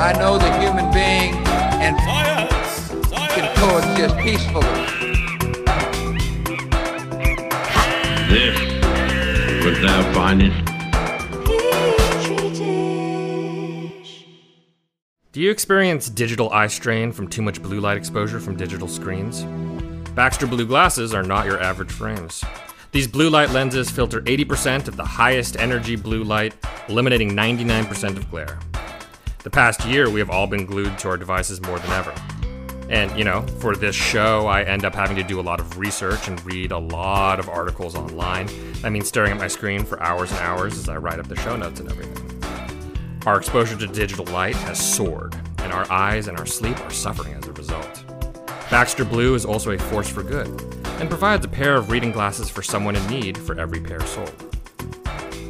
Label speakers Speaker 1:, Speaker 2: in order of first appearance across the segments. Speaker 1: I know the human being and
Speaker 2: Science!
Speaker 1: f***ing
Speaker 2: Science!
Speaker 1: coexist peacefully.
Speaker 3: This was our finest
Speaker 4: Do you experience digital eye strain from too much blue light exposure from digital screens? Baxter Blue glasses are not your average frames. These blue light lenses filter 80% of the highest energy blue light, eliminating 99% of glare. The past year, we have all been glued to our devices more than ever. And, you know, for this show, I end up having to do a lot of research and read a lot of articles online. That means staring at my screen for hours and hours as I write up the show notes and everything. Our exposure to digital light has soared, and our eyes and our sleep are suffering as a result. Baxter Blue is also a force for good, and provides a pair of reading glasses for someone in need for every pair sold.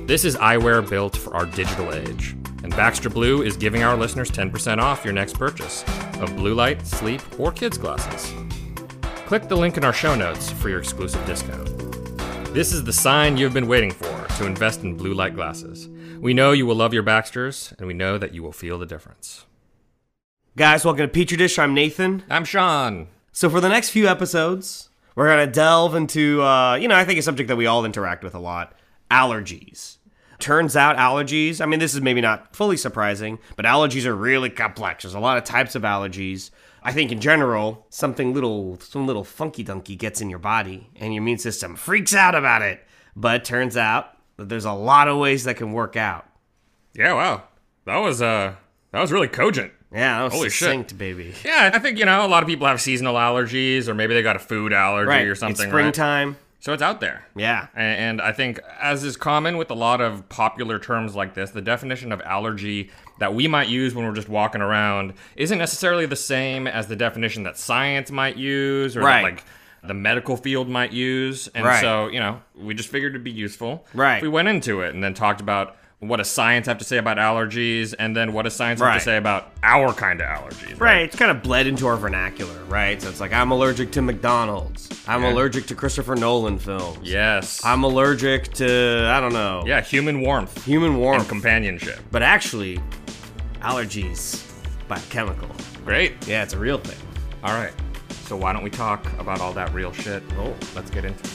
Speaker 4: This is eyewear built for our digital age, and Baxter Blue is giving our listeners 10% off your next purchase of blue light, sleep, or kids' glasses. Click the link in our show notes for your exclusive discount. This is the sign you've been waiting for to invest in blue light glasses. We know you will love your Baxters, and we know that you will feel the difference.
Speaker 5: Guys, welcome to Petri Dish. I'm Nathan.
Speaker 4: I'm Sean.
Speaker 5: So for the next few episodes, we're gonna delve into, uh, you know, I think a subject that we all interact with a lot: allergies. Turns out allergies. I mean, this is maybe not fully surprising, but allergies are really complex. There's a lot of types of allergies. I think in general, something little, some little funky dunky gets in your body, and your immune system freaks out about it. But turns out that there's a lot of ways that can work out.
Speaker 4: Yeah, wow, that was uh, that was really cogent.
Speaker 5: Yeah, that was
Speaker 4: Holy shit.
Speaker 5: succinct, baby.
Speaker 4: Yeah, I think you know a lot of people have seasonal allergies, or maybe they got a food allergy or something.
Speaker 5: It's
Speaker 4: right?
Speaker 5: springtime.
Speaker 4: so it's out there.
Speaker 5: Yeah.
Speaker 4: A- And I think, as is common with a lot of popular terms like this, the definition of allergy that we might use when we're just walking around isn't necessarily the same as the definition that science might use or that,
Speaker 5: Right.
Speaker 4: like the medical field might use. And
Speaker 5: Right.
Speaker 4: so, you know, we just figured it'd be useful.
Speaker 5: Right.
Speaker 4: if We went into it and then talked about what does science have to say about allergies and then what does science have
Speaker 5: Right.
Speaker 4: to say about our kind of allergies.
Speaker 5: Right, it's kind of bled into our vernacular, right? So it's like I'm allergic to McDonald's. I'm
Speaker 4: Yeah.
Speaker 5: allergic to Christopher Nolan films.
Speaker 4: Yes.
Speaker 5: I'm allergic to I don't know.
Speaker 4: yeah, human warmth.
Speaker 5: Human
Speaker 4: and
Speaker 5: warmth.
Speaker 4: companionship.
Speaker 5: but actually, allergies biochemical.
Speaker 4: Great.
Speaker 5: Yeah, it's a real thing.
Speaker 4: All right. So why don't we talk about all that real shit? Oh, let's get into it.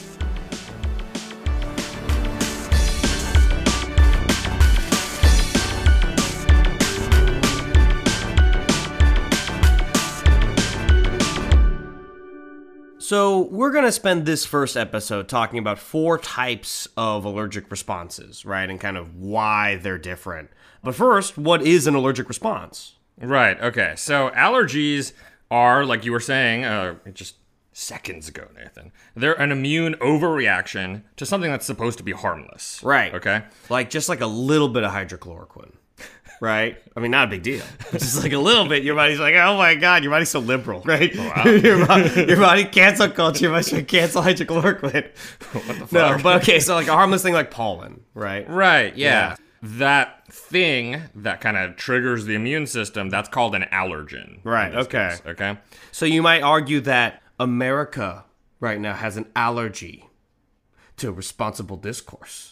Speaker 5: So, we're going to spend this first episode talking about four types of allergic responses, right? And kind of why they're different. But first, what is an allergic response?
Speaker 4: Right. Okay. So allergies are, like you were saying, uh, just seconds ago, Nathan. They're an immune overreaction to something that's supposed to be harmless.
Speaker 5: Right.
Speaker 4: Okay.
Speaker 5: Like just like a little bit of hydrochloroquine. Right? I mean, not a big deal. Just like a little bit. Your body's like, oh my God, your body's so liberal, right? your, body, your body cancel culture must cancel hydrochloroquine. No, but okay, so like a harmless thing like pollen, right?
Speaker 4: Right.
Speaker 5: Yeah.
Speaker 4: Yeah. That thing that kind of triggers the immune system, that's called an allergen. in
Speaker 5: Right,
Speaker 4: this
Speaker 5: okay.
Speaker 4: case, okay.
Speaker 5: So you might argue that America right now has an allergy to responsible discourse.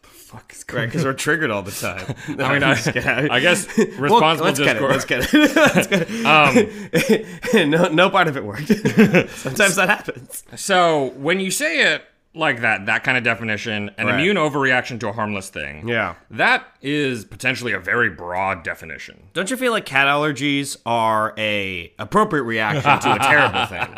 Speaker 4: Fuck is
Speaker 5: Right, because we're triggered all the time. No,
Speaker 4: I mean, I,
Speaker 5: I'm just kidding.
Speaker 4: I guess responsible
Speaker 5: Well, let's
Speaker 4: discourse.
Speaker 5: Get it, let's get it. let's get it.
Speaker 4: Um,
Speaker 5: no, no part of it worked. Sometimes that happens.
Speaker 4: So when you say it like that, that kind of definition, an
Speaker 5: Right.
Speaker 4: immune overreaction to a harmless thing,
Speaker 5: Yeah.
Speaker 4: that is potentially a very broad definition.
Speaker 5: Don't you feel like cat allergies are a appropriate reaction to a terrible thing?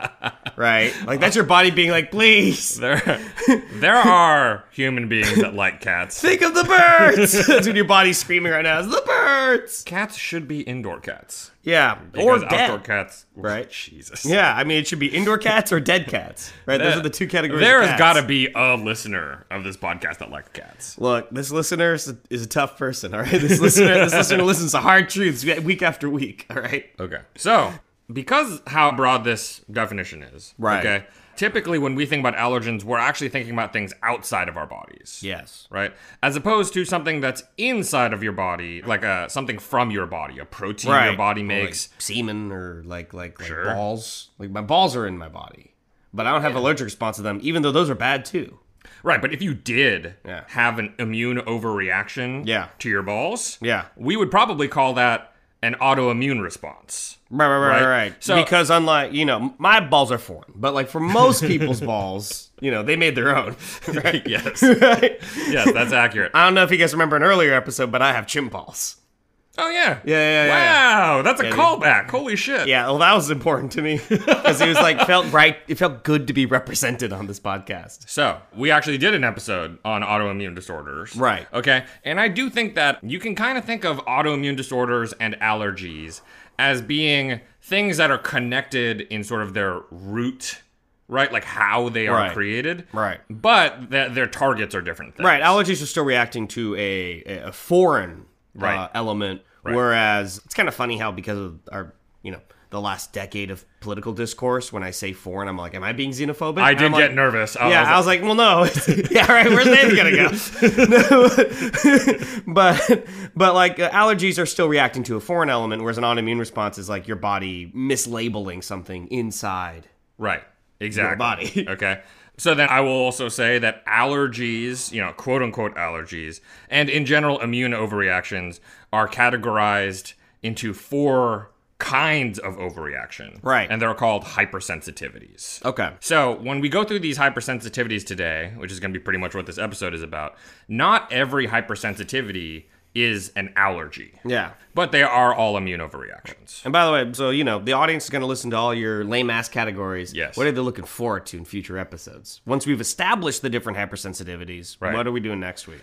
Speaker 5: right? Like that's your body being like, please
Speaker 4: There, there are human beings that like cats.
Speaker 5: think of the birds. that's what your body's screaming right now. Is the birds?
Speaker 4: Cats should be indoor cats.
Speaker 5: Yeah,
Speaker 4: Because
Speaker 5: or
Speaker 4: outdoor
Speaker 5: dead.
Speaker 4: cats.
Speaker 5: Right.
Speaker 4: Jesus.
Speaker 5: Yeah, I mean it should be indoor cats or dead cats, right? Those are the two categories.
Speaker 4: There
Speaker 5: of
Speaker 4: has
Speaker 5: cats.
Speaker 4: got to be a listener of this podcast that likes cats.
Speaker 5: Look, this listener is a, is a tough person. All right, this listener, this listener listens to hard truths week after week. All right,
Speaker 4: Okay. So, because how broad this definition is,
Speaker 5: Right.
Speaker 4: Okay. Typically, when we think about allergens, we're actually thinking about things outside of our bodies.
Speaker 5: Yes.
Speaker 4: Right? As opposed to something that's inside of your body, like uh something from your body, a protein your
Speaker 5: Right.
Speaker 4: body
Speaker 5: Or,
Speaker 4: makes.
Speaker 5: like semen or like like, like
Speaker 4: Sure.
Speaker 5: balls. Like my balls are in my body, but I don't have allergic response to them, even though those are bad too.
Speaker 4: Right, but if you did
Speaker 5: Yeah.
Speaker 4: have an immune overreaction
Speaker 5: Yeah.
Speaker 4: to your balls,
Speaker 5: Yeah.
Speaker 4: we would probably call that an autoimmune response.
Speaker 5: Right, right, right, right.
Speaker 4: Right.
Speaker 5: right.
Speaker 4: So-
Speaker 5: because unlike you know, my balls are foreign, but like for most people's balls, you know, they made their own. Right?
Speaker 4: Yes.
Speaker 5: Right?
Speaker 4: yes, that's accurate.
Speaker 5: I don't know if you guys remember an earlier episode, but I have chimp balls.
Speaker 4: Oh yeah.
Speaker 5: yeah, yeah,
Speaker 4: Wow, that's a
Speaker 5: dude.
Speaker 4: callback. Holy shit.
Speaker 5: Yeah, well, that was important to me because it was like felt right. It felt good to be represented on this podcast.
Speaker 4: So, we actually did an episode on autoimmune disorders.
Speaker 5: Right.
Speaker 4: Okay. And I do think that you can kind of think of autoimmune disorders and allergies as being things that are connected in sort of their root, right? Like how they are
Speaker 5: Right.
Speaker 4: created.
Speaker 5: Right.
Speaker 4: But th- their targets are different things.
Speaker 5: Right, allergies are still reacting to a a a foreign uh,
Speaker 4: Right.
Speaker 5: element,
Speaker 4: Right.
Speaker 5: whereas it's kind of funny how because of our you know the last decade of political discourse, when I say foreign, I'm like, am I being xenophobic?
Speaker 4: I
Speaker 5: And
Speaker 4: did
Speaker 5: I'm
Speaker 4: get
Speaker 5: like-
Speaker 4: nervous. I
Speaker 5: yeah,
Speaker 4: was
Speaker 5: I was like, well, no. yeah, right. Where's they gonna go? No. but but like uh, allergies are still reacting to a foreign element, whereas an autoimmune response is like your body mislabeling something inside.
Speaker 4: Right. Exactly.
Speaker 5: body.
Speaker 4: okay. So then I will also say that allergies, you know, quote unquote allergies, and in general immune overreactions are categorized into four kinds of overreaction.
Speaker 5: Right.
Speaker 4: And they're called hypersensitivities.
Speaker 5: Okay.
Speaker 4: So when we go through these hypersensitivities today, which is going to be pretty much what this episode is about, not every hypersensitivity is an allergy.
Speaker 5: Yeah.
Speaker 4: But they are all immune overreactions.
Speaker 5: And by the way, so you know, the audience is going to listen to all your lame ass categories.
Speaker 4: Yes.
Speaker 5: What are they looking forward to in future episodes? Once we've established the different hypersensitivities,
Speaker 4: Right.
Speaker 5: what are we doing next week?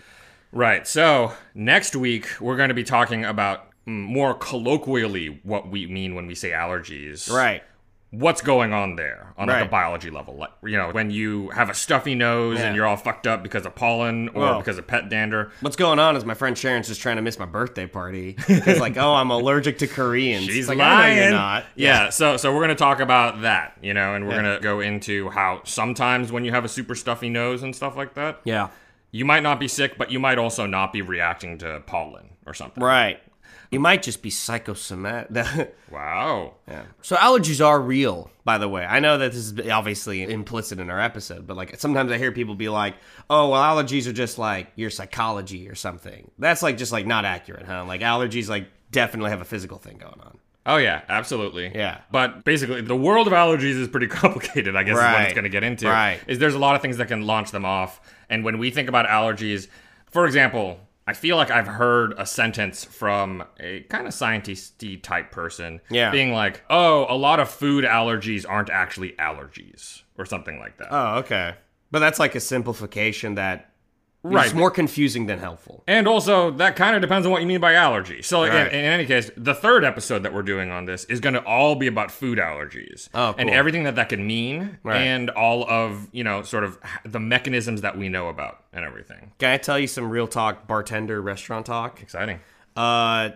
Speaker 4: Right. So next week we're going to be talking about mm, more colloquially what we mean when we say allergies.
Speaker 5: Right.
Speaker 4: What's going on there on like a
Speaker 5: Right.
Speaker 4: biology level? Like you know, when you have a stuffy nose
Speaker 5: Yeah.
Speaker 4: and you're all fucked up because of pollen or
Speaker 5: Well.
Speaker 4: because of pet dander.
Speaker 5: What's going on is my friend Sharon's just trying to miss my birthday party. It's like, oh, I'm allergic to Koreans.
Speaker 4: She's
Speaker 5: It's like, I
Speaker 4: lying.
Speaker 5: know you're not.
Speaker 4: Yeah. So so we're gonna talk about that, you know, and we're gonna go into how sometimes when you have a super stuffy nose and stuff like that,
Speaker 5: Yeah.
Speaker 4: you might not be sick, but you might also not be reacting to pollen or something.
Speaker 5: Right. You might just be psychosomatic.
Speaker 4: Wow.
Speaker 5: So allergies are real, by the way. I know that this is obviously implicit in our episode, but like sometimes I hear people be like, "Oh, well, allergies are just like your psychology or something." That's like just like not accurate, huh? Like allergies like definitely have a physical thing going on.
Speaker 4: Oh yeah, absolutely.
Speaker 5: Yeah.
Speaker 4: But basically, the world of allergies is pretty complicated. I guess is what
Speaker 5: Right.
Speaker 4: it's going to get into.
Speaker 5: Right.
Speaker 4: Is there's a lot of things that can launch them off, and when we think about allergies, for example, I feel like I've heard a sentence from a kind of scientisty type person,
Speaker 5: Yeah.
Speaker 4: being like, "Oh, a lot of food allergies aren't actually allergies," or something like that.
Speaker 5: Oh, okay. But that's like a simplification that is
Speaker 4: Right.
Speaker 5: more confusing than helpful.
Speaker 4: And also, that kind of depends on what you mean by allergy. So, in,
Speaker 5: Right.
Speaker 4: in any case, the third episode that we're doing on this is going to all be about food allergies
Speaker 5: Oh,
Speaker 4: and
Speaker 5: cool.
Speaker 4: everything that that can mean,
Speaker 5: Right.
Speaker 4: and all of you know, sort of h- the mechanisms that we know about and everything.
Speaker 5: Can I tell you some real talk bartender restaurant talk?
Speaker 4: Exciting.
Speaker 5: uh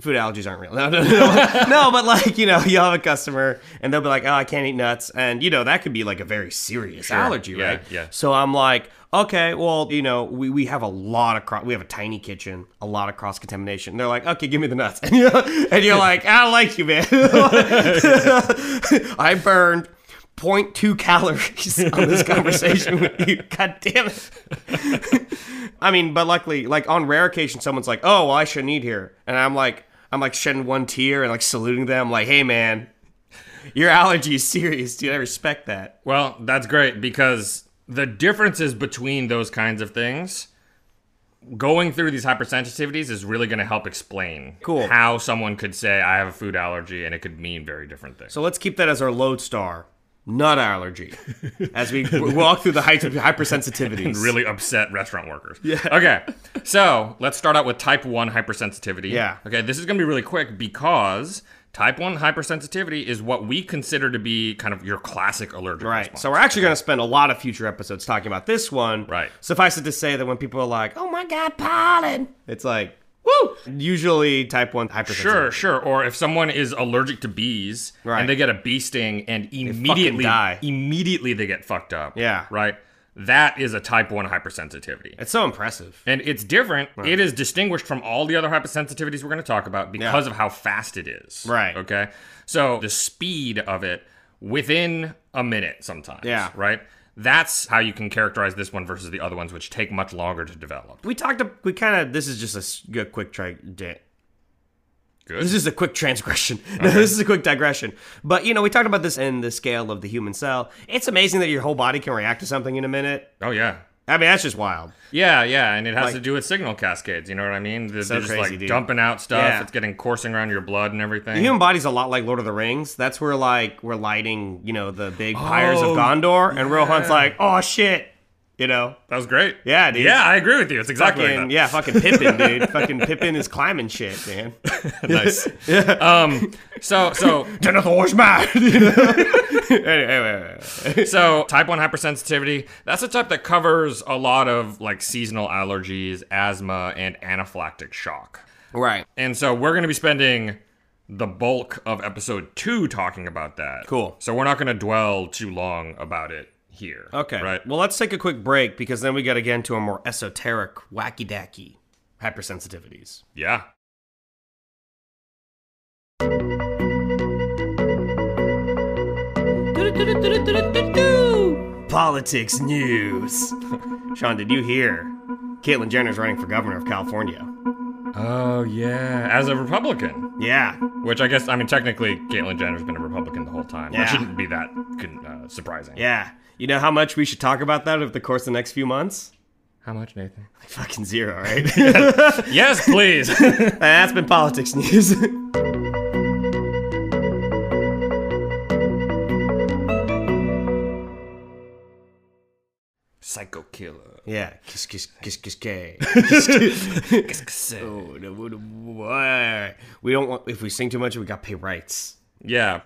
Speaker 5: food allergies aren't real. No, no, no, no. no, but like, you know, you'll have a customer and they'll be like, "Oh, I can't eat nuts." And you know, that could be like a very serious allergy,
Speaker 4: Yeah,
Speaker 5: right?
Speaker 4: yeah.
Speaker 5: So I'm like, "Okay, well, you know, we, we have a lot of cross we have a tiny kitchen, a lot of cross contamination." And they're like, "Okay, give me the nuts." And you're, and you're like, "I don't like you, man." I burned 0.2 calories on this conversation with you. God damn it. I mean, but luckily, like on rare occasion, someone's like, "Oh, well, I shouldn't eat here," and I'm like, I'm like shedding one tear and like saluting them, like, "Hey, man, your allergy is serious, dude. I respect that."
Speaker 4: Well, that's great because the differences between those kinds of things, going through these hypersensitivities is really going to help explain
Speaker 5: Cool.
Speaker 4: how someone could say I have a food allergy and it could mean very different things.
Speaker 5: So let's keep that as our lodestar nut allergy as we w- walk through the heights of hypersensitivities.
Speaker 4: and really upset restaurant workers. Yeah. Okay. So let's start out with type one hypersensitivity.
Speaker 5: Yeah.
Speaker 4: Okay. This is going to be really quick because type one hypersensitivity is what we consider to be kind of your classic allergic
Speaker 5: Right.
Speaker 4: response.
Speaker 5: So we're actually going to spend a lot of future episodes talking about this one.
Speaker 4: Right.
Speaker 5: Suffice it to say that when people are like, "Oh my God, pollen," it's like, "Woo!" Usually, type one hypersensitivity.
Speaker 4: Sure, sure. Or if someone is allergic to bees
Speaker 5: Right.
Speaker 4: and they get a bee sting and immediately
Speaker 5: die.
Speaker 4: immediately they get fucked up.
Speaker 5: Yeah.
Speaker 4: Right? That is a type 1 hypersensitivity.
Speaker 5: It's so impressive.
Speaker 4: And it's different. It is distinguished from all the other hypersensitivities we're going to talk about because of how fast it is.
Speaker 5: Right.
Speaker 4: Okay. So the speed of it within a minute sometimes.
Speaker 5: Yeah.
Speaker 4: Right? That's how you can characterize this one versus the other ones, which take much longer to develop.
Speaker 5: We talked. ab- We kind of. This is just a s- good quick try. di-
Speaker 4: Good.
Speaker 5: This is a quick transgression. No, this is a quick digression. But you know, we talked about this in the scale of the human cell. It's amazing that your whole body can react to something in a minute.
Speaker 4: oh, yeah.
Speaker 5: I mean, that's just wild.
Speaker 4: Yeah, yeah, and it has
Speaker 5: Like-
Speaker 4: to do with signal cascades. You know what I mean? They're, they're just
Speaker 5: crazy,
Speaker 4: like
Speaker 5: dude.
Speaker 4: dumping out stuff.
Speaker 5: Yeah.
Speaker 4: It's getting coursing around your blood and everything.
Speaker 5: The human body's a lot like Lord of the Rings. That's where like we're lighting, you know, the big pyres
Speaker 4: Oh,
Speaker 5: of Gondor, and Rohan's like, oh shit, you know,
Speaker 4: that was great.
Speaker 5: Yeah, dude.
Speaker 4: Yeah, I agree with you. It's exactly like
Speaker 5: fucking
Speaker 4: that.
Speaker 5: yeah, fucking Pippin, dude, fucking Pippin is climbing shit, man.
Speaker 4: nice. Um, so so
Speaker 5: Turn off the horseman. You know? anyway, anyway, anyway.
Speaker 4: so type 1 hypersensitivity that's a type that covers a lot of like seasonal allergies asthma and anaphylactic shock
Speaker 5: right,
Speaker 4: and so we're going to be spending the bulk of episode two talking about that
Speaker 5: Cool.
Speaker 4: so we're not going to dwell too long about it here
Speaker 5: okay,
Speaker 4: right
Speaker 5: Well, let's take a quick break because then we got to get into a more esoteric, wacky dacky hypersensitivities.
Speaker 4: yeah
Speaker 5: Politics news. Sean, did you hear? Caitlyn Jenner's running for governor of California.
Speaker 4: oh yeah as a republican
Speaker 5: Yeah,
Speaker 4: which i guess i mean technically caitlyn jenner's been a republican the whole time
Speaker 5: Yeah.
Speaker 4: that shouldn't be that con- uh, surprising
Speaker 5: Yeah. You know how much we should talk about that over the course of the next few months?
Speaker 4: how much nathan
Speaker 5: Like fucking zero, right? And
Speaker 4: yes please
Speaker 5: That's been politics news.
Speaker 4: psycho killer
Speaker 5: yeah. Kiss, kiss, kiss, kiss, kiss. Oh, no, no, no. we don't want, if we sing too much, we got to pay rights.
Speaker 4: yeah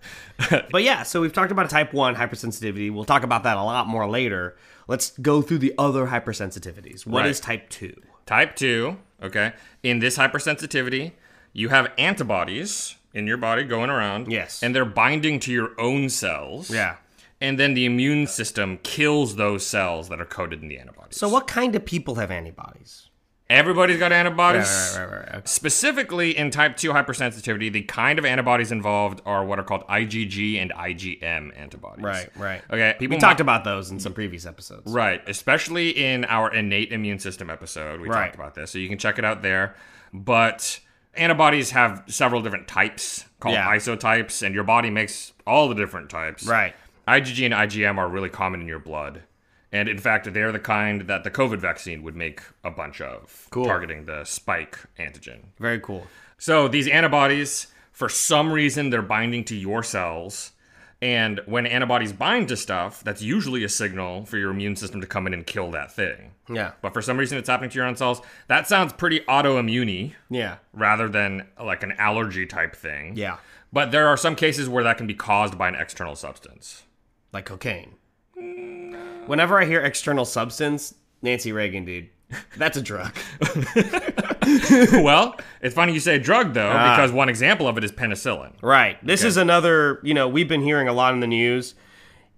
Speaker 5: But yeah, so we've talked about type 1 hypersensitivity. We'll talk about that a lot more later. Let's go through the other hypersensitivities. What is
Speaker 4: Right.
Speaker 5: type 2?
Speaker 4: Type 2, okay. In this hypersensitivity, you have antibodies in your body going around.
Speaker 5: Yes.
Speaker 4: And they're binding to your own cells.
Speaker 5: Yeah.
Speaker 4: And then the immune system kills those cells that are coated in the antibodies.
Speaker 5: So, what kind of people have antibodies?
Speaker 4: Everybody's got antibodies.
Speaker 5: right, right.
Speaker 4: Specifically in type 2 hypersensitivity, the kind of antibodies involved are what are called IgG and IgM antibodies.
Speaker 5: Right, right.
Speaker 4: Okay.
Speaker 5: We
Speaker 4: People
Speaker 5: talked
Speaker 4: mi-
Speaker 5: about those in some previous episodes.
Speaker 4: Right, especially in our innate immune system episode, we
Speaker 5: Right.
Speaker 4: talked about this, so you can check it out there. But antibodies have several different types called
Speaker 5: Yeah.
Speaker 4: isotypes, and your body makes all the different types.
Speaker 5: Right.
Speaker 4: IgG and IgM are really common in your blood, and in fact, they're the kind that the COVID vaccine would make a bunch of,
Speaker 5: Cool.
Speaker 4: targeting the spike antigen.
Speaker 5: Very cool.
Speaker 4: So these antibodies, for some reason, they're binding to your cells. And when antibodies bind to stuff, that's usually a signal for your immune system to come in and kill that thing.
Speaker 5: Yeah.
Speaker 4: But for some reason, it's happening to your own cells. That sounds pretty autoimmune
Speaker 5: Yeah.
Speaker 4: rather than like an allergy type thing.
Speaker 5: Yeah.
Speaker 4: But there are some cases where that can be caused by an external substance.
Speaker 5: like cocaine. Whenever I hear external substance, Nancy Reagan, dude, that's a drug.
Speaker 4: well, it's funny you say drug though, because one example of it is penicillin.
Speaker 5: right. This is another, you know, we've been hearing a lot in the news.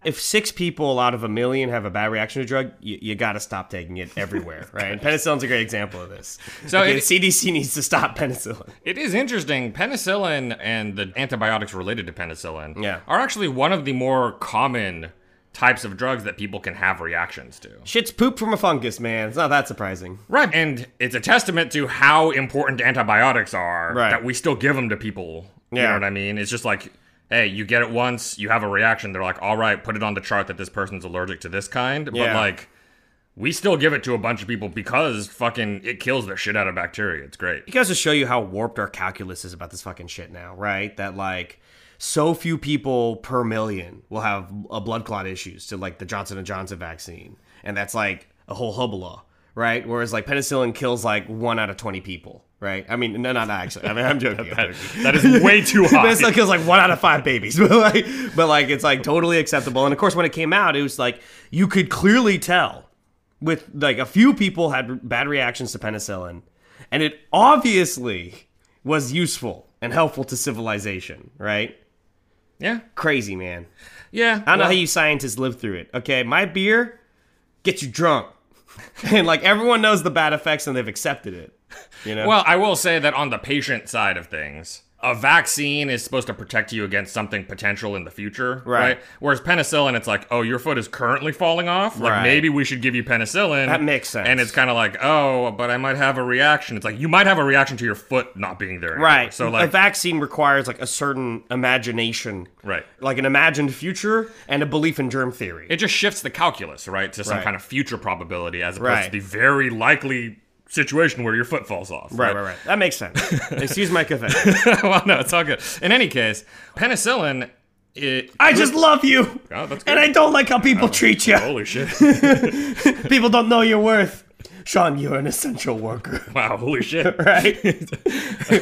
Speaker 5: If six people out of a million have a bad reaction to a drug, you, you got to stop taking it everywhere, right? And penicillin's a great example of this. So
Speaker 4: So
Speaker 5: okay,
Speaker 4: it-
Speaker 5: the CDC needs to stop penicillin.
Speaker 4: It is interesting. Penicillin and the antibiotics related to penicillin
Speaker 5: Yeah.
Speaker 4: are actually one of the more common types of drugs that people can have reactions to.
Speaker 5: Shit's poop from a fungus, man. It's not that surprising.
Speaker 4: Right. And it's a testament to how important antibiotics are
Speaker 5: Right.
Speaker 4: that we still give them to people. You
Speaker 5: Yeah.
Speaker 4: know what I mean? It's just like, hey, you get it once, you have a reaction. They're like, all right, put it on the chart that this person's allergic to this kind. But
Speaker 5: Yeah.
Speaker 4: like, we still give it to a bunch of people because fucking it kills the shit out of bacteria. It's great.
Speaker 5: It goes to show you how warped our calculus is about this fucking shit now, right? That like so few people per million will have a blood clot issues to like the Johnson and Johnson vaccine, and that's like a whole hubla, right? Whereas like penicillin kills like one out of twenty people, right? I mean, no, not actually. I mean, I'm joking. I'm joking.
Speaker 4: That is way too high.
Speaker 5: That's like it was like one out of five babies, but like, but like it's like totally acceptable. And of course, when it came out, it was like you could clearly tell with like a few people had bad reactions to penicillin, and it obviously was useful and helpful to civilization. Right?
Speaker 4: yeah,
Speaker 5: Crazy man.
Speaker 4: yeah.
Speaker 5: I don't
Speaker 4: well,
Speaker 5: know how you scientists live through it. Okay, my beer gets you drunk, and like everyone knows the bad effects, and they've accepted it. You know?
Speaker 4: Well, I will say that on the patient side of things, a vaccine is supposed to protect you against something potential in the future,
Speaker 5: Right.
Speaker 4: right? Whereas penicillin, it's like, oh, your foot is currently falling off. Like
Speaker 5: Right.
Speaker 4: maybe we should give you penicillin.
Speaker 5: That makes sense.
Speaker 4: And it's kind of like, oh, but I might have a reaction. It's like you might have a reaction to your foot not being there. anymore.
Speaker 5: Right.
Speaker 4: So like,
Speaker 5: a vaccine requires like a certain imagination.
Speaker 4: Right.
Speaker 5: Like an imagined future and a belief in germ theory.
Speaker 4: it just shifts the calculus, right, to some
Speaker 5: Right.
Speaker 4: kind of future probability as opposed
Speaker 5: Right.
Speaker 4: to the very likely situation where your foot falls off.
Speaker 5: right, right, right. That makes sense. Excuse my cafe.
Speaker 4: well, no, it's all good. In any case, penicillin. It,
Speaker 5: I just love you.
Speaker 4: Oh, that's good.
Speaker 5: and I don't like how people treat you.
Speaker 4: Holy shit.
Speaker 5: People don't know your worth. Sean, you're an essential worker.
Speaker 4: Wow, holy shit.
Speaker 5: Right?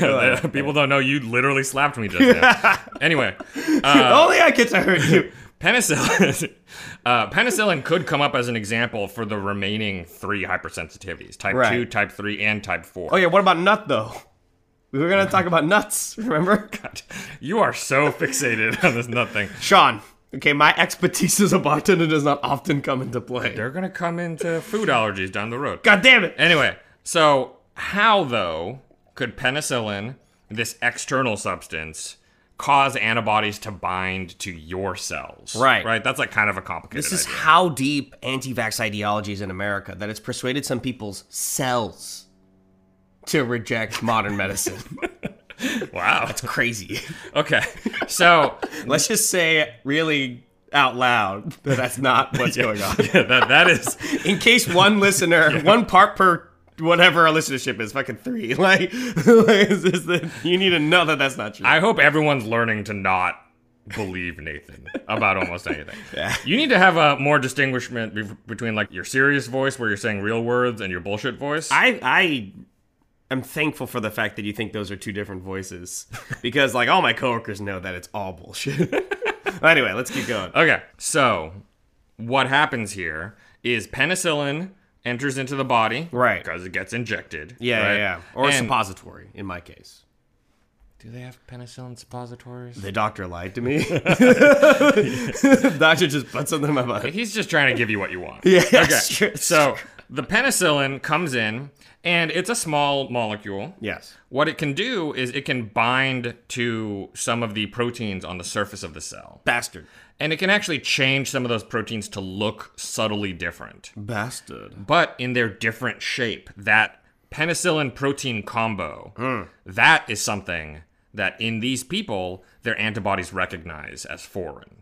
Speaker 4: Uh,
Speaker 5: oh,
Speaker 4: People don't know you literally slapped me just now. anyway,
Speaker 5: Only I get to hurt you.
Speaker 4: penicillin uh, penicillin could come up as an example for the remaining three hypersensitivities, type
Speaker 5: Right.
Speaker 4: 2, type 3, and type 4.
Speaker 5: Oh yeah, what about nut though? We were gonna talk about nuts, remember?
Speaker 4: You are so fixated on this nut thing.
Speaker 5: Sean. Okay, my expertise as a bartender does not often come into play.
Speaker 4: They're going to come into food allergies down the road.
Speaker 5: God damn it!
Speaker 4: Anyway, so how though could penicillin, this external substance, cause antibodies to bind to your cells?
Speaker 5: Right.
Speaker 4: Right? That's like kind of a complicated
Speaker 5: This is
Speaker 4: idea.
Speaker 5: how deep anti vax ideology is in America that it's persuaded some people's cells to reject modern medicine.
Speaker 4: Wow.
Speaker 5: Crazy.
Speaker 4: Okay. So
Speaker 5: Let's just say really out loud that that's not what's going on.
Speaker 4: yeah, that that is
Speaker 5: In case one listener, one part per whatever our listenership is, fucking three. Like, is this the, you need to know that that's not true.
Speaker 4: I hope everyone's learning to not believe Nathan about almost anything. You need to have a more distinguishment be- between like your serious voice where you're saying real words and your bullshit voice.
Speaker 5: I I am thankful for the fact that you think those are two different voices because like all my coworkers know that it's all bullshit. anyway, let's keep going.
Speaker 4: Okay. So, what happens here is penicillin enters into the body.
Speaker 5: Right.
Speaker 4: Because it gets injected.
Speaker 5: Yeah,
Speaker 4: right?
Speaker 5: yeah, yeah. Or a
Speaker 4: And-
Speaker 5: suppository in my case.
Speaker 4: Do they have penicillin suppositories?
Speaker 5: The doctor lied to me. doctor just put something in my body.
Speaker 4: He's just trying to give you what you want.
Speaker 5: Yeah,
Speaker 4: Okay.
Speaker 5: that's true.
Speaker 4: So the penicillin comes in, and it's a small molecule.
Speaker 5: Yes.
Speaker 4: What it can do is it can bind to some of the proteins on the surface of the cell.
Speaker 5: Bastard.
Speaker 4: And it can actually change some of those proteins to look subtly different,
Speaker 5: Bastard.
Speaker 4: but in their different shape. That penicillin protein combo, that is something that in these people, their antibodies recognize as foreign.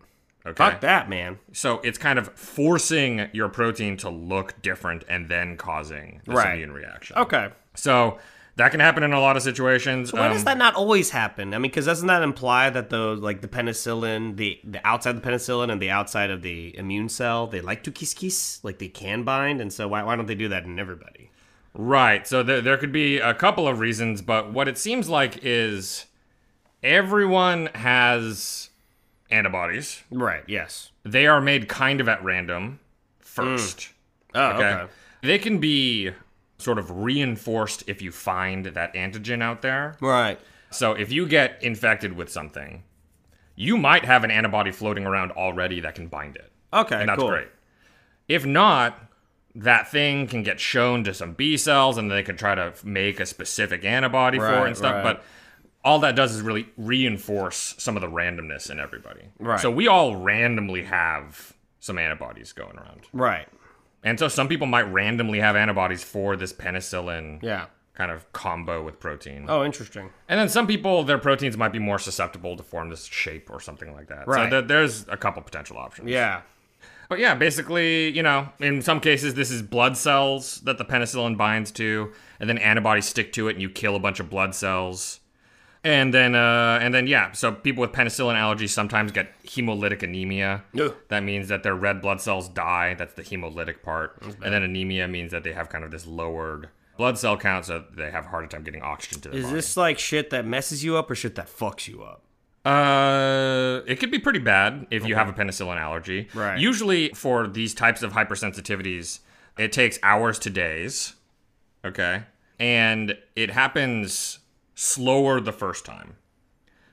Speaker 4: Okay.
Speaker 5: Fuck that, man.
Speaker 4: So it's kind of forcing your protein to look different and then causing this
Speaker 5: Right.
Speaker 4: immune reaction.
Speaker 5: Okay.
Speaker 4: So that can happen in a lot of situations.
Speaker 5: Why
Speaker 4: Um,
Speaker 5: does that not always happen? I mean, because doesn't that imply that the like the penicillin, the the outside of the penicillin and the outside of the immune cell, they like to kiss kiss, like they can bind, and so why why don't they do that in everybody?
Speaker 4: Right. So there, there could be a couple of reasons, but what it seems like is everyone has antibodies.
Speaker 5: Right. Yes.
Speaker 4: They are made kind of at random first.
Speaker 5: Oh,
Speaker 4: Okay. They can be sort of reinforced if you find that antigen out there.
Speaker 5: Right.
Speaker 4: So if you get infected with something, you might have an antibody floating around already that can bind it.
Speaker 5: Okay.
Speaker 4: and that's
Speaker 5: cool.
Speaker 4: great. If not, that thing can get shown to some B cells and they can try to f- make a specific antibody for
Speaker 5: Right,
Speaker 4: it and stuff,
Speaker 5: right.
Speaker 4: but all that does is really reinforce some of the randomness in everybody.
Speaker 5: Right.
Speaker 4: So we all randomly have some antibodies going around.
Speaker 5: Right.
Speaker 4: And so some people might randomly have antibodies for this penicillin
Speaker 5: Yeah.
Speaker 4: kind of combo with protein.
Speaker 5: Oh, interesting.
Speaker 4: And then some people, their proteins might be more susceptible to form this shape or something like that.
Speaker 5: Right.
Speaker 4: So there- there's a couple potential options.
Speaker 5: Yeah.
Speaker 4: But yeah, basically, you know, in some cases, this is blood cells that the penicillin binds to, and then antibodies stick to it, and you kill a bunch of blood cells. And then, uh, and then, yeah. So people with penicillin allergies sometimes get hemolytic anemia.
Speaker 5: Ugh.
Speaker 4: That means that their red blood cells die. That's the hemolytic part. And then anemia means that they have kind of this lowered blood cell count, so they have a harder time getting oxygen to their
Speaker 5: Is
Speaker 4: body.
Speaker 5: this like shit that messes you up or shit that fucks you up?
Speaker 4: Uh, it could be pretty bad if you have a penicillin allergy.
Speaker 5: Right.
Speaker 4: Usually, for these types of hypersensitivities, it takes hours to days. Okay. And it happens slower the first time.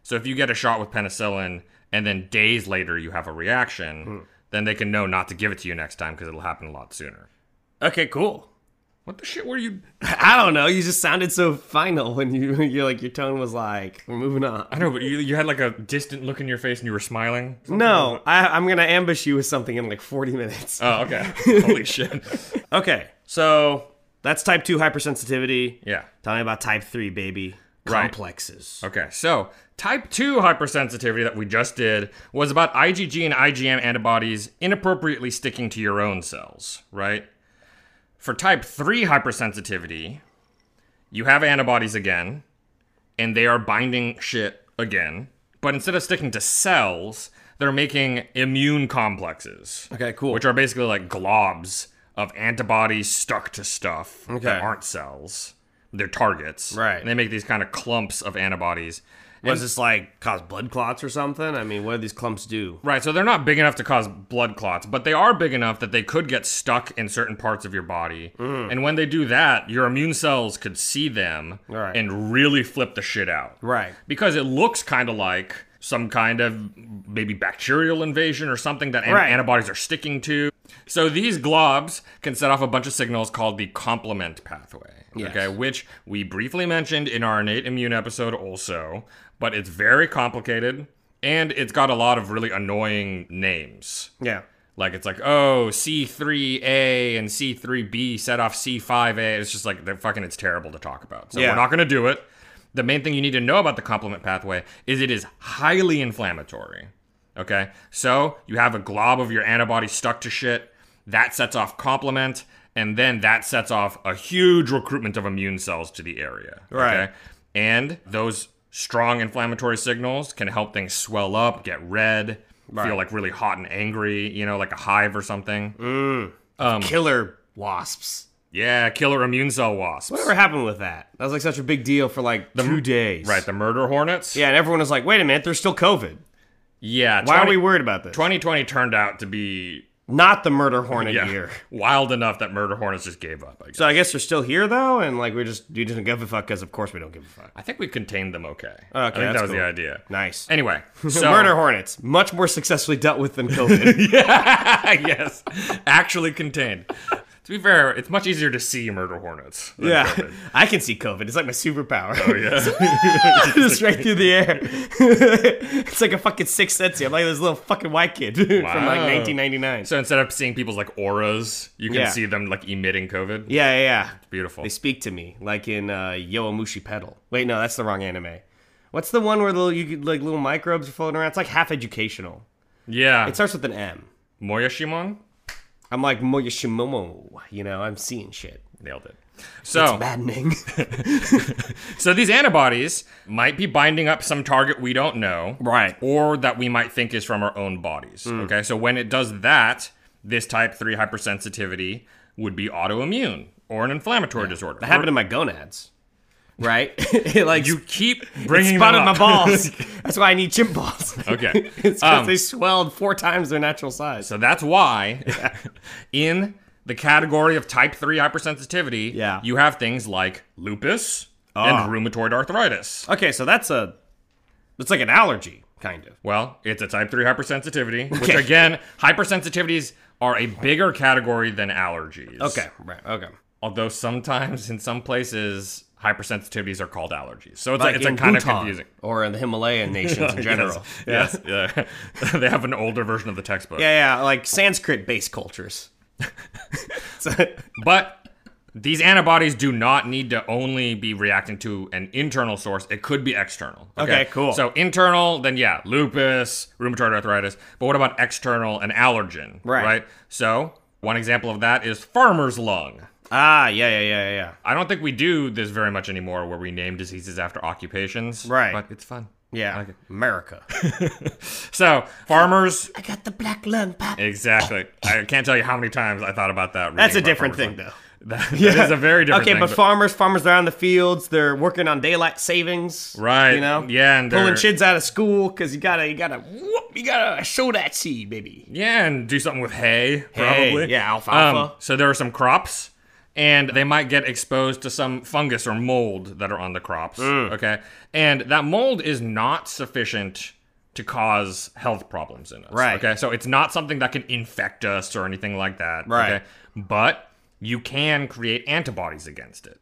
Speaker 4: So if you get a shot with penicillin and then days later you have a reaction, then they can know not to give it to you next time because it'll happen a lot sooner.
Speaker 5: Okay, cool.
Speaker 4: What the shit were you?
Speaker 5: I don't know. You just sounded so final when you you like your tone was like we're moving on.
Speaker 4: I know, but you, you had like a distant look in your face and you were smiling.
Speaker 5: No, I, I'm gonna ambush you with something in like 40 minutes.
Speaker 4: Oh, okay. Holy shit.
Speaker 5: Okay, so that's type two hypersensitivity.
Speaker 4: Yeah.
Speaker 5: Tell me about type three, baby.
Speaker 4: Right.
Speaker 5: Complexes.
Speaker 4: Okay, so type 2 hypersensitivity that we just did was about IgG and IgM antibodies inappropriately sticking to your own cells, right? For type 3 hypersensitivity, you have antibodies again, and they are binding shit again, but instead of sticking to cells, they're making immune complexes.
Speaker 5: Okay, cool.
Speaker 4: Which are basically like globs of antibodies stuck to stuff
Speaker 5: Okay.
Speaker 4: that aren't cells. They're targets.
Speaker 5: Right.
Speaker 4: And they make these kind of clumps of antibodies.
Speaker 5: Was this like cause blood clots or something? I mean, what do these clumps do?
Speaker 4: Right, so they're not big enough to cause blood clots, but they are big enough that they could get stuck in certain parts of your body.
Speaker 5: Mm.
Speaker 4: And when they do that, your immune cells could see them
Speaker 5: Right.
Speaker 4: and really flip the shit out.
Speaker 5: Right.
Speaker 4: Because it looks kind of like some kind of maybe bacterial invasion or something that an-
Speaker 5: Right.
Speaker 4: antibodies are sticking to. So these globs can set off a bunch of signals called the complement pathway,
Speaker 5: Yes.
Speaker 4: okay, which we briefly mentioned in our innate immune episode also, but it's very complicated and it's got a lot of really annoying names.
Speaker 5: Yeah.
Speaker 4: Like it's like, oh, C3A and C3B set off C5A. It's just like they're fucking it's terrible to talk about. So
Speaker 5: Yeah.
Speaker 4: we're not gonna do it. The main thing you need to know about the complement pathway is it is highly inflammatory. Okay? So you have a glob of your antibody stuck to shit, that sets off complement, and then that sets off a huge recruitment of immune cells to the area.
Speaker 5: Right.
Speaker 4: And those strong inflammatory signals can help things swell up, get red, feel like really hot and angry, you know, like a hive or something.
Speaker 5: Mm.
Speaker 4: Um,
Speaker 5: Killer wasps.
Speaker 4: Yeah, killer immune cell wasps.
Speaker 5: Whatever happened with that? That was like such a big deal for like two days.
Speaker 4: Right, the murder hornets.
Speaker 5: yeah, and everyone was like, wait a minute, there's still COVID.
Speaker 4: Yeah.
Speaker 5: Why are
Speaker 4: 20
Speaker 5: we worried about this?
Speaker 4: 2020 turned out to be
Speaker 5: Not the murder hornet
Speaker 4: yeah,
Speaker 5: year.
Speaker 4: wild enough that murder hornets just gave up. I guess.
Speaker 5: So I guess they're still here though, and like we're just we didn't give a fuck because of course we don't give a fuck.
Speaker 4: I think we contained them okay. Okay, I
Speaker 5: that's
Speaker 4: think that was
Speaker 5: cool.
Speaker 4: the idea.
Speaker 5: Nice.
Speaker 4: Anyway,
Speaker 5: So
Speaker 4: so
Speaker 5: murder hornets much more successfully dealt with than COVID.
Speaker 4: yes, actually contained. To be fair, it's much easier to see murder hornets. than
Speaker 5: yeah,
Speaker 4: COVID. Oh,
Speaker 5: I can see COVID. It's like my superpower.
Speaker 4: Yeah.
Speaker 5: Just right through the air. it's like a fucking sixth sense. I'm like this little fucking white kid from like
Speaker 4: Wow.
Speaker 5: 1999.
Speaker 4: so instead of seeing people's like auras, you can
Speaker 5: Yeah.
Speaker 4: see them like emitting COVID.
Speaker 5: yeah, yeah, yeah.
Speaker 4: Beautiful.
Speaker 5: They speak to me like in uh, Yoamushi Pedal. Wait, no, that's the wrong anime. What's the one where the little, you could, like little microbes are floating around? It's like half educational.
Speaker 4: Yeah.
Speaker 5: It starts with an M.
Speaker 4: Moyashimon?
Speaker 5: I'm like Moyashimomo, you know, I'm seeing shit.
Speaker 4: Nailed it. So,
Speaker 5: Maddening.
Speaker 4: so these antibodies might be binding up some target we don't know,
Speaker 5: Right.
Speaker 4: Or that we might think is from our own bodies.
Speaker 5: Hmm.
Speaker 4: Okay, so when it does that, this type three hypersensitivity would be autoimmune or an inflammatory disorder.
Speaker 5: That happened in my gonads. Right? It, like
Speaker 4: you keep
Speaker 5: it
Speaker 4: bringing
Speaker 5: spotted
Speaker 4: them
Speaker 5: my
Speaker 4: up.
Speaker 5: balls. That's why I need chimp balls.
Speaker 4: Okay.
Speaker 5: it's because
Speaker 4: Um,
Speaker 5: they swelled four times their natural size.
Speaker 4: So that's why in the category of type 3 hypersensitivity,
Speaker 5: Yeah.
Speaker 4: you have things like lupus
Speaker 5: Ah.
Speaker 4: and rheumatoid arthritis.
Speaker 5: Okay, so that's a it's like an allergy, kind of.
Speaker 4: Well, it's a type 3 hypersensitivity, which
Speaker 5: Okay.
Speaker 4: again, hypersensitivities are a bigger category than allergies.
Speaker 5: Okay, right. Okay.
Speaker 4: Although sometimes in some places, hypersensitivities are called allergies. So it's, like, it's
Speaker 5: in
Speaker 4: a kind
Speaker 5: Bhutan
Speaker 4: of confusing.
Speaker 5: Or in the Himalayan nations in general.
Speaker 4: Yes. yes yeah. they have an older version of the textbook.
Speaker 5: Yeah, yeah, like Sanskrit based cultures. so,
Speaker 4: But these antibodies do not need to only be reacting to an internal source. It could be external.
Speaker 5: Okay, cool.
Speaker 4: So internal, then yeah, lupus, rheumatoid arthritis. But what about external and allergen?
Speaker 5: Right.
Speaker 4: Right. So one example of that is farmer's lung.
Speaker 5: Ah, yeah, yeah, yeah, yeah, yeah.
Speaker 4: I don't think we do this very much anymore where we name diseases after occupations.
Speaker 5: Right.
Speaker 4: But it's fun.
Speaker 5: Yeah, America.
Speaker 4: So, farmers.
Speaker 5: I got the black lung pop.
Speaker 4: Exactly. I can't tell you how many times I thought about that.
Speaker 5: That's a
Speaker 4: reading about
Speaker 5: different
Speaker 4: farmers'
Speaker 5: thing, though.
Speaker 4: life. That, that is a very different
Speaker 5: okay,
Speaker 4: thing.
Speaker 5: but farmers, farmers, they're on the fields. They're working on daylight savings,
Speaker 4: Right,
Speaker 5: You know,
Speaker 4: yeah, and
Speaker 5: pulling
Speaker 4: they're-
Speaker 5: kids out of school because you gotta, you gotta, whoop, you gotta show that seed, baby.
Speaker 4: Yeah, and do something with hay,
Speaker 5: Hay,
Speaker 4: probably. Um,
Speaker 5: yeah, alfalfa.
Speaker 4: so there are some crops, and they might get exposed to some fungus or mold that are on the crops.
Speaker 5: Mm.
Speaker 4: Okay, and that mold is not sufficient to cause health problems in us.
Speaker 5: Right.
Speaker 4: Okay, so it's not something that can infect us or anything like that.
Speaker 5: Right.
Speaker 4: Okay? but you can create antibodies against it.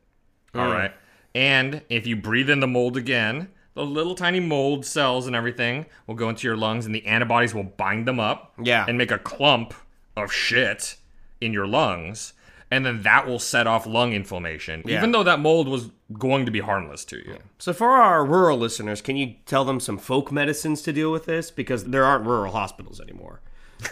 Speaker 4: All right. And if you breathe in the mold again, the little tiny mold cells and everything will go into your lungs and the antibodies will bind them up
Speaker 5: Yeah.
Speaker 4: and make a clump of shit in your lungs. And then that will set off lung inflammation,
Speaker 5: Yeah.
Speaker 4: even though that mold was going to be harmless to you.
Speaker 5: So for our rural listeners, can you tell them some folk medicines to deal with this because there aren't rural hospitals anymore.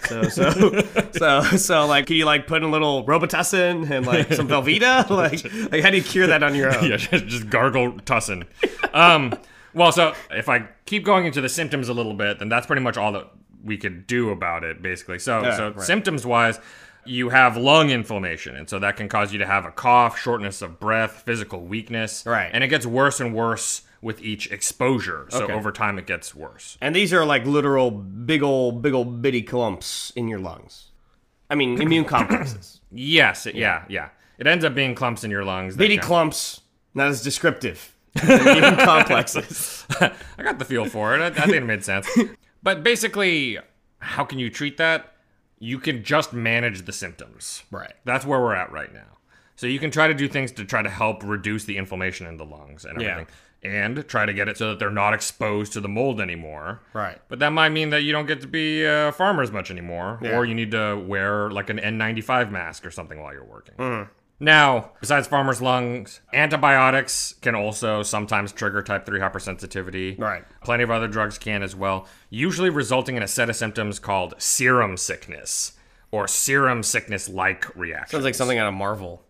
Speaker 5: So so so so like can you like put in a little Robitussin and like some Velveeta? Like like how do you cure that on your own?
Speaker 4: yeah, just, just gargle tussin. Um, well, so if I keep going into the symptoms a little bit, then that's pretty much all that we could do about it, basically. So,
Speaker 5: Yeah,
Speaker 4: so
Speaker 5: right.
Speaker 4: symptoms wise, you have lung inflammation, and so that can cause you to have a cough, shortness of breath, physical weakness,
Speaker 5: Right.
Speaker 4: And it gets worse and worse with each exposure. So
Speaker 5: Okay.
Speaker 4: over time, it gets worse.
Speaker 5: And these are like literal big old big old bitty clumps in your lungs. I mean immune complexes.
Speaker 4: Yes, it- yeah, yeah. It ends up being clumps in your lungs. that
Speaker 5: bitty
Speaker 4: can-
Speaker 5: clumps, not as descriptive. immune complexes.
Speaker 4: I got the feel for it. I, I think it made sense. But basically, how can you treat that? You can just manage the symptoms.
Speaker 5: Right.
Speaker 4: That's where we're at right now. So you can try to do things to try to help reduce the inflammation in the lungs and
Speaker 5: Yeah.
Speaker 4: everything. And try to get it so that they're not exposed to the mold anymore.
Speaker 5: Right.
Speaker 4: But that might mean that you don't get to be uh, farmers much anymore, or you need to wear like an N95 mask or something while you're working.
Speaker 5: Mm.
Speaker 4: Now, besides farmers' lungs, antibiotics can also sometimes trigger type 3 hypersensitivity.
Speaker 5: Right.
Speaker 4: Plenty of other drugs can as well, usually resulting in a set of symptoms called serum sickness or serum sickness like reactions.
Speaker 5: Sounds like something out of Marvel.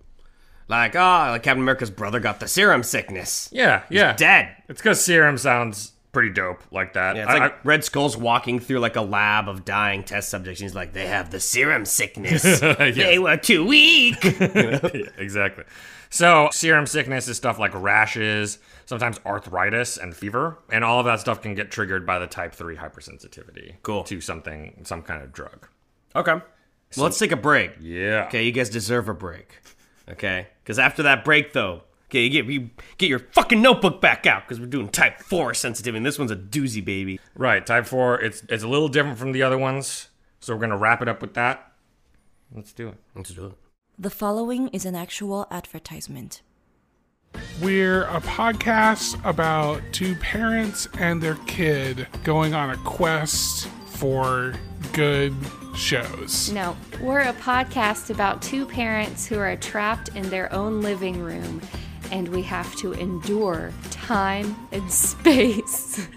Speaker 5: Like, ah, like Captain America's brother got the serum sickness.
Speaker 4: Yeah, yeah.
Speaker 5: Dead.
Speaker 4: It's because serum sounds pretty dope like that.
Speaker 5: Yeah, it's
Speaker 4: I-
Speaker 5: like
Speaker 4: I-
Speaker 5: Red Skull's walking through like a lab of dying test subjects. And he's like, they have the serum sickness. They were too weak.
Speaker 4: exactly. So, serum sickness is stuff like rashes, sometimes arthritis and fever, and all of that stuff can get triggered by the type 3 hypersensitivity
Speaker 5: Cool.
Speaker 4: to something some kind of drug.
Speaker 5: okay. well, let's take a break.
Speaker 4: Yeah.
Speaker 5: Okay, you guys deserve a break. Okay? Because after that break, though, okay, you get, you get your fucking notebook back out because we're doing type 4 sensitivity. And this one's a doozy, baby.
Speaker 4: Right, type 4, it's it's a little different from the other ones, so we're going to wrap it up with that. Let's do it.
Speaker 5: Let's do it.
Speaker 6: The following is an actual advertisement.
Speaker 7: We're a podcast about two parents and their kid going on a quest for good shows.
Speaker 8: No, we're a podcast about two parents who are trapped in their own living room and we have to endure time and space.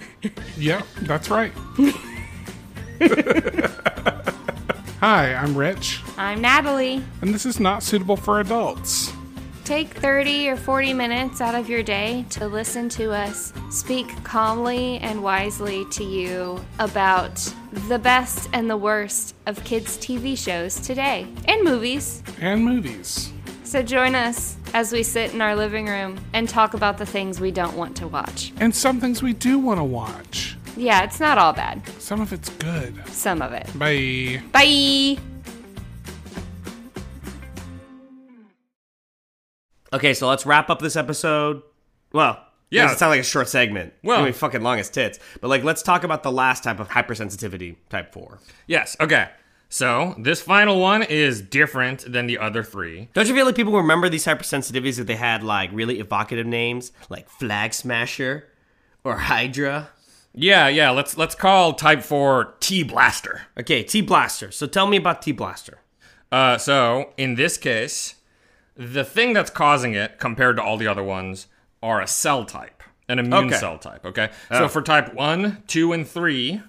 Speaker 7: Yep, that's right. Hi, I'm Rich,
Speaker 8: I'm Natalie.
Speaker 7: and this is not suitable for adults.
Speaker 8: Take 30 or 40 minutes out of your day to listen to us speak calmly and wisely to you about the best and the worst of kids' TV shows today and movies.
Speaker 7: And movies.
Speaker 8: So join us as we sit in our living room and talk about the things we don't want to watch.
Speaker 7: And some things we do want to watch.
Speaker 8: Yeah, it's not all bad.
Speaker 7: Some of it's good.
Speaker 8: Some of it.
Speaker 7: Bye.
Speaker 8: Bye!
Speaker 5: Okay, so let's wrap up this episode. Well,
Speaker 4: Yeah.
Speaker 5: yeah, it sounds like a short segment.
Speaker 4: Well-
Speaker 5: Well, I mean, fucking long as tits. But like, let's talk about the last type of hypersensitivity, type four.
Speaker 4: Yes, okay. So, this final one is different than the other 3.
Speaker 5: Don't you feel like people remember these hypersensitivities if they had like really evocative names, like Flag Smasher or Hydra?
Speaker 4: Yeah, yeah, let's let's call type 4 T blaster.
Speaker 5: Okay, T Blaster. So tell me about T Blaster.
Speaker 4: Uh, so in this case, the thing that's causing it compared to all the other ones are a cell type, an immune
Speaker 5: Okay. Oh.
Speaker 4: cell type. Okay. So for type one, two, and three,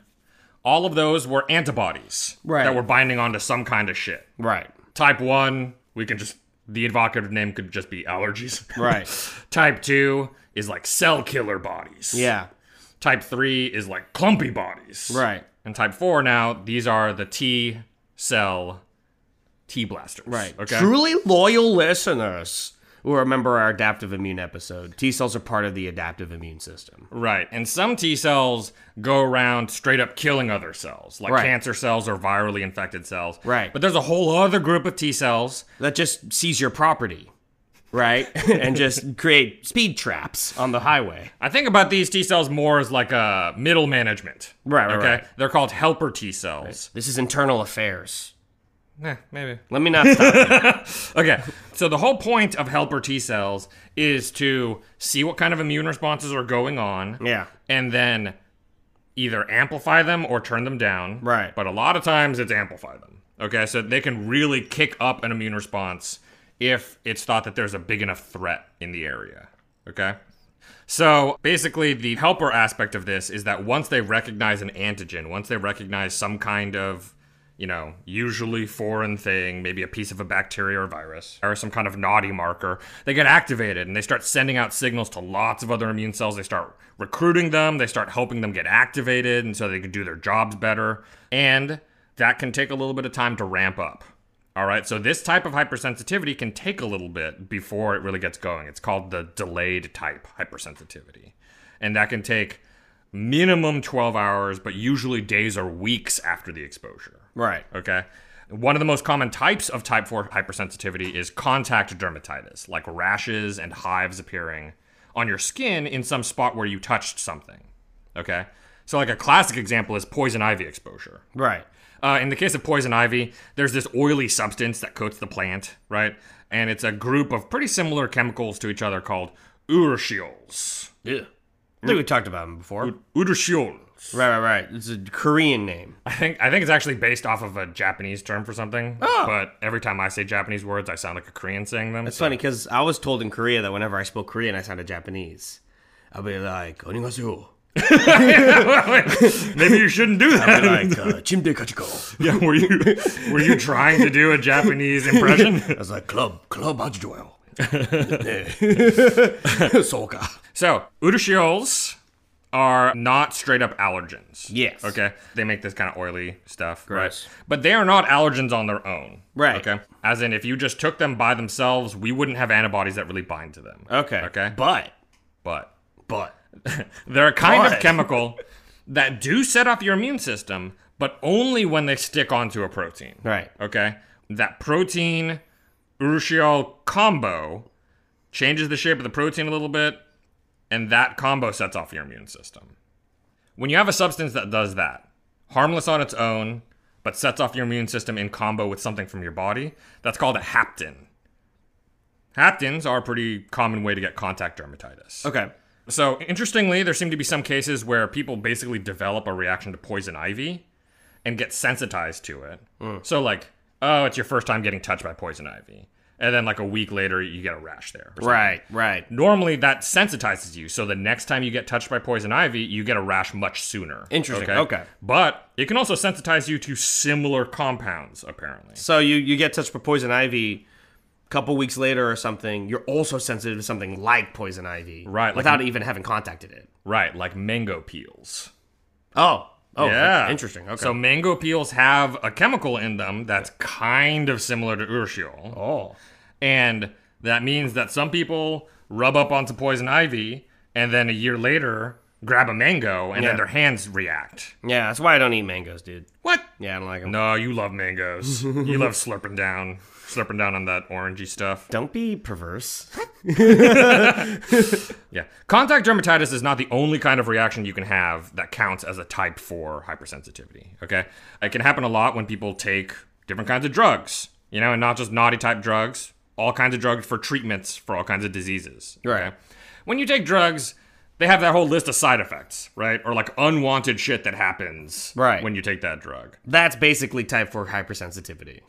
Speaker 4: all of those were antibodies
Speaker 5: Right.
Speaker 4: that were binding onto some kind of shit.
Speaker 5: Right.
Speaker 4: Type one, we can just The evocative name could just be allergies.
Speaker 5: Right.
Speaker 4: Type 2 is like cell killer bodies.
Speaker 5: Yeah.
Speaker 4: Type 3 is like clumpy bodies.
Speaker 5: Right.
Speaker 4: And type 4 now, these are the T cell T blasters.
Speaker 5: Right.
Speaker 4: Okay.
Speaker 5: Truly loyal listeners will remember our adaptive immune episode. T cells are part of the adaptive immune system.
Speaker 4: Right. And some T cells go around straight up killing other cells, like
Speaker 5: Right.
Speaker 4: cancer cells or virally infected cells.
Speaker 5: Right.
Speaker 4: But there's a whole other group of T cells.
Speaker 5: That just seize your property, right? and just create speed traps on the highway.
Speaker 4: I think about these T cells more as like a middle management.
Speaker 5: Right, right,
Speaker 4: okay.
Speaker 5: right.
Speaker 4: They're called helper T cells.
Speaker 5: This is internal affairs.
Speaker 4: Eh, maybe.
Speaker 5: Let me not stop. you.
Speaker 4: Okay. So the whole point of helper T cells is to see what kind of immune responses are going on.
Speaker 5: Yeah.
Speaker 4: And then either amplify them or turn them down.
Speaker 5: Right.
Speaker 4: But a lot of times it's amplify them. Okay. So they can really kick up an immune response if it's thought that there's a big enough threat in the area. Okay. So basically, the helper aspect of this is that once they recognize an antigen, once they recognize some kind of, you know, usually foreign thing, maybe a piece of a bacteria or virus, or some kind of naughty marker, they get activated and they start sending out signals to lots of other immune cells. They start recruiting them, they start helping them get activated, and so they can do their jobs better. And that can take a little bit of time to ramp up. All right, so this type of hypersensitivity can take a little bit before it really gets going. It's called the delayed type hypersensitivity. And that can take minimum 12 hours, but usually days or weeks after the exposure.
Speaker 5: Right.
Speaker 4: Okay. One of the most common types of type 4 hypersensitivity is contact dermatitis, like rashes and hives appearing on your skin in some spot where you touched something. Okay. So, like a classic example is poison ivy exposure.
Speaker 5: Right.
Speaker 4: Uh, in the case of poison ivy, there's this oily substance that coats the plant, right? And it's a group of pretty similar chemicals to each other called uracils.
Speaker 5: Yeah. I think we talked about them before.
Speaker 4: Uracils.
Speaker 5: Right, right, right. It's a Korean name.
Speaker 4: I think I think it's actually based off of a Japanese term for something. Oh. But every time I say Japanese words, I sound like a Korean saying them.
Speaker 5: It's funny because I was told in Korea that whenever I spoke Korean, I sounded Japanese. I'll be like, "안녕하세요."
Speaker 4: Maybe you shouldn't do that.
Speaker 5: I'll be like, uh, "침대 같이 go."
Speaker 4: yeah, were you were you trying to do a Japanese impression?
Speaker 5: I was like, "Club, club 아주 좋아요." 소가.
Speaker 4: So, urushiels are not straight up allergens.
Speaker 5: Yes.
Speaker 4: Okay. They make this kind of oily stuff.
Speaker 5: Gross.
Speaker 4: Right. But they are not allergens on their own.
Speaker 5: Right.
Speaker 4: Okay. As in, if you just took them by themselves, we wouldn't have antibodies that really bind to them.
Speaker 5: Okay.
Speaker 4: Okay.
Speaker 5: But,
Speaker 4: But
Speaker 5: but
Speaker 4: they're a kind
Speaker 5: Why?
Speaker 4: of chemical that do set off your immune system, but only when they stick onto a protein.
Speaker 5: Right.
Speaker 4: Okay. That protein urushiol combo changes the shape of the protein a little bit, and that combo sets off your immune system. When you have a substance that does that, harmless on its own, but sets off your immune system in combo with something from your body, that's called a haptin. Haptins are a pretty common way to get contact dermatitis.
Speaker 5: okay.
Speaker 4: So, interestingly, there seem to be some cases where people basically develop a reaction to poison ivy and get sensitized to it.
Speaker 5: Hmm.
Speaker 4: So, like, oh, it's your first time getting touched by poison ivy. And then, like, a week later, you get a rash there. or something.
Speaker 5: Right, right.
Speaker 4: Normally, that sensitizes you. So, the next time you get touched by poison ivy, you get a rash much sooner.
Speaker 5: Interesting, okay.
Speaker 4: But it can also sensitize you to similar compounds, apparently.
Speaker 5: So you you get touched by poison ivy. A couple weeks later or something, you're also sensitive to something like poison ivy,
Speaker 4: Right, like-
Speaker 5: Without even having contacted it.
Speaker 4: Right, like mango peels.
Speaker 5: Oh, oh,
Speaker 4: yeah.
Speaker 5: interesting. Okay.
Speaker 4: So mango peels have a chemical in them that's kind of similar to urushiol.
Speaker 5: oh,
Speaker 4: And that means that some people rub up onto poison ivy and then a year later grab a mango and
Speaker 5: Yeah.
Speaker 4: then their hands react.
Speaker 5: yeah. That's why I don't eat mangoes, dude.
Speaker 4: What?
Speaker 5: Yeah, I don't like them.
Speaker 4: No, you love mangoes. you love slurping down, slurping down on that orangey stuff.
Speaker 5: Don't be perverse.
Speaker 4: Yeah. Contact dermatitis is not the only kind of reaction you can have that counts as a type 4 hypersensitivity. Okay. It can happen a lot when people take different kinds of drugs, you know, and not just naughty type drugs, all kinds of drugs for treatments for all kinds of diseases.
Speaker 5: Right.
Speaker 4: When you take drugs, they have that whole list of side effects, right? Or like unwanted shit that happens
Speaker 5: Right.
Speaker 4: when you take that drug.
Speaker 5: That's basically type 4 hypersensitivity.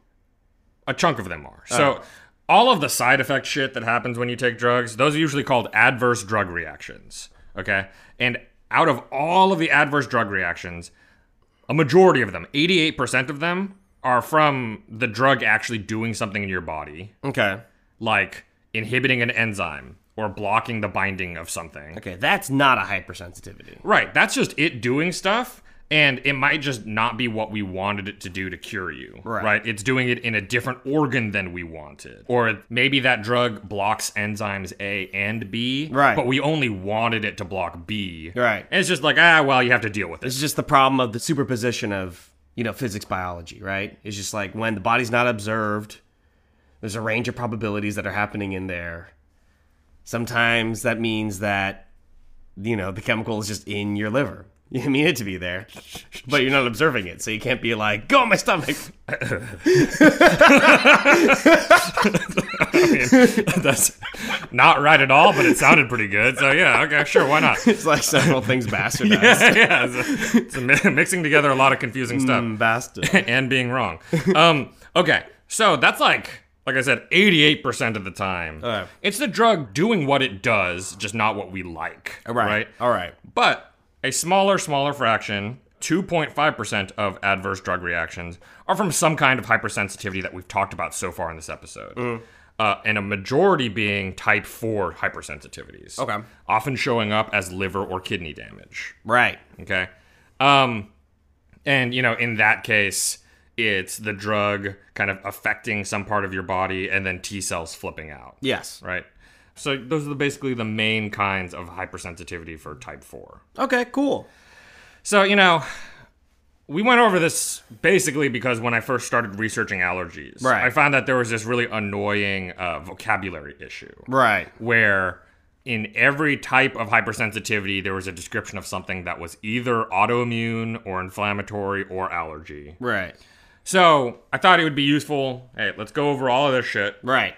Speaker 4: A chunk of them are. So all of the side effect shit that happens when you take drugs, those are usually called adverse drug reactions. Okay? And out of all of the adverse drug reactions, a majority of them, 88% of them, are from the drug actually doing something in your body.
Speaker 5: Okay.
Speaker 4: like inhibiting an enzyme or blocking the binding of something.
Speaker 5: Okay, that's not a hypersensitivity.
Speaker 4: Right, that's just it doing stuff, and it might just not be what we wanted it to do to cure you.
Speaker 5: Right.
Speaker 4: It's doing it in a different organ than we wanted. Or maybe that drug blocks enzymes A and B,
Speaker 5: Right.
Speaker 4: but we only wanted it to block B.
Speaker 5: Right.
Speaker 4: And it's just like, ah, well, you have to deal with
Speaker 5: It's
Speaker 4: it.
Speaker 5: just the problem of the superposition of, you know, physics biology, right? It's just like when the body's not observed, there's a range of probabilities that are happening in there. Sometimes that means that, you know, the chemical is just in your liver. You mean it to be there, but you're not observing it. So you can't be like, go on my stomach.
Speaker 4: That's not right at all, but it sounded pretty good. So, yeah, okay, sure, why not?
Speaker 5: It's like several things bastardized.
Speaker 4: yeah, it's, a, it's a mi- mixing together a lot of confusing stuff.
Speaker 5: Bastard.
Speaker 4: and being wrong. Um, okay, so that's like, like I said, 88% of the time.
Speaker 5: right.
Speaker 4: It's the drug doing what it does, just not what we like. Right?
Speaker 5: All right.
Speaker 4: But a smaller, smaller fraction, 2.5% of adverse drug reactions, are from some kind of hypersensitivity that we've talked about so far in this episode.
Speaker 5: Mm.
Speaker 4: Uh, and a majority being type 4 hypersensitivities.
Speaker 5: Okay.
Speaker 4: Often showing up as liver or kidney damage.
Speaker 5: Right.
Speaker 4: Okay. Um, and you know, in that case, it's the drug kind of affecting some part of your body, and then T cells flipping out.
Speaker 5: Yes.
Speaker 4: Right. So those are the, basically the main kinds of hypersensitivity for type four.
Speaker 5: Okay, cool.
Speaker 4: So you know, we went over this basically because when I first started researching allergies,
Speaker 5: Right.
Speaker 4: I found that there was this really annoying uh, vocabulary issue
Speaker 5: Right.
Speaker 4: where in every type of hypersensitivity there was a description of something that was either autoimmune or inflammatory or allergy.
Speaker 5: Right.
Speaker 4: So I thought it would be useful. Hey, let's go over all of this shit.
Speaker 5: Right.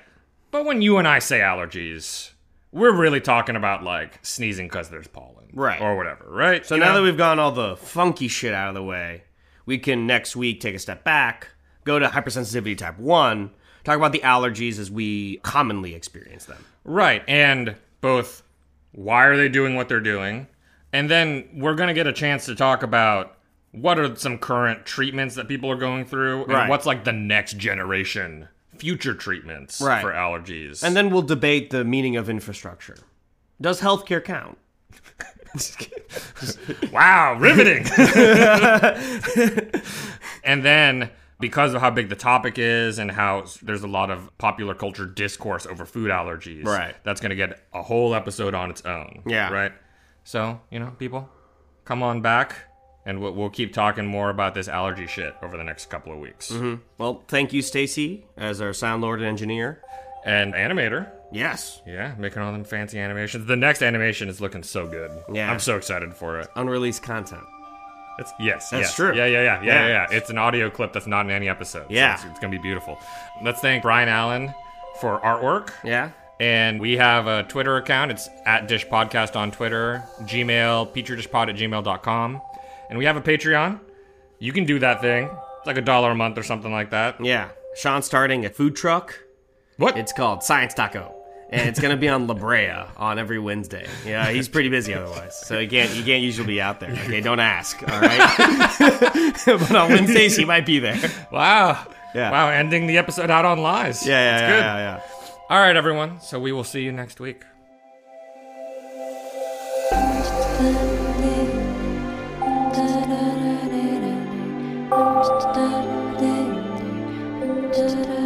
Speaker 4: But when you and I say allergies, we're really talking about like sneezing because there's pollen,
Speaker 5: Right.
Speaker 4: or whatever, right?
Speaker 5: So now that we've gotten all the funky shit out of the way, we can next week take a step back, go to hypersensitivity type 1, talk about the allergies as we commonly experience them.
Speaker 4: Right. And both why are they doing what they're doing? And then we're going to get a chance to talk about what are some current treatments that people are going through and
Speaker 5: Right.
Speaker 4: what's like the next generation future treatments
Speaker 5: Right.
Speaker 4: for allergies.
Speaker 5: And then we'll debate the meaning of infrastructure. Does healthcare count?
Speaker 4: wow, riveting. and then because of how big the topic is and how s- there's a lot of popular culture discourse over food allergies,
Speaker 5: Right.
Speaker 4: That's going to get a whole episode on its own.
Speaker 5: Yeah.
Speaker 4: Right. So you know, people, come on back, and we'll, we'll keep talking more about this allergy shit over the next couple of weeks.
Speaker 5: Mm-hmm. Hmm. Well, thank you, Stacy, as our sound lord and engineer.
Speaker 4: And animator.
Speaker 5: Yes.
Speaker 4: Yeah, making all them fancy animations. The next animation is looking so good.
Speaker 5: Yeah.
Speaker 4: I'm so excited for it.
Speaker 5: Unreleased content.
Speaker 4: It's, yes,
Speaker 5: That's
Speaker 4: yes.
Speaker 5: true.
Speaker 4: Yeah, yeah, yeah, yeah,
Speaker 5: Yeah.
Speaker 4: yeah, yeah. It's an audio clip that's not in any episode. so
Speaker 5: Yeah.
Speaker 4: it's, it's gonna be beautiful. Let's thank Brian Allen for artwork.
Speaker 5: Yeah?
Speaker 4: And we have a Twitter account. It's at Dish Podcast on Twitter, Gmail, petridishpod at gmail.com. And we have a Patreon. You can do that thing. It's like a dollar a month or something like that.
Speaker 5: Yeah. Sean's starting a food truck.
Speaker 4: What?
Speaker 5: It's called Science Taco. And it's gonna be on La Brea on every Wednesday. Yeah, he's pretty busy otherwise, so you can't you can't usually be out there. Okay, don't ask. All right, but on Wednesdays he might be there. Yeah,
Speaker 4: wow.
Speaker 5: Yeah.
Speaker 4: Wow, ending the episode out on lies. It's good.
Speaker 5: yeah.
Speaker 4: All right, everyone. So we will see you next week.
Speaker 9: Da-da-da-da-da.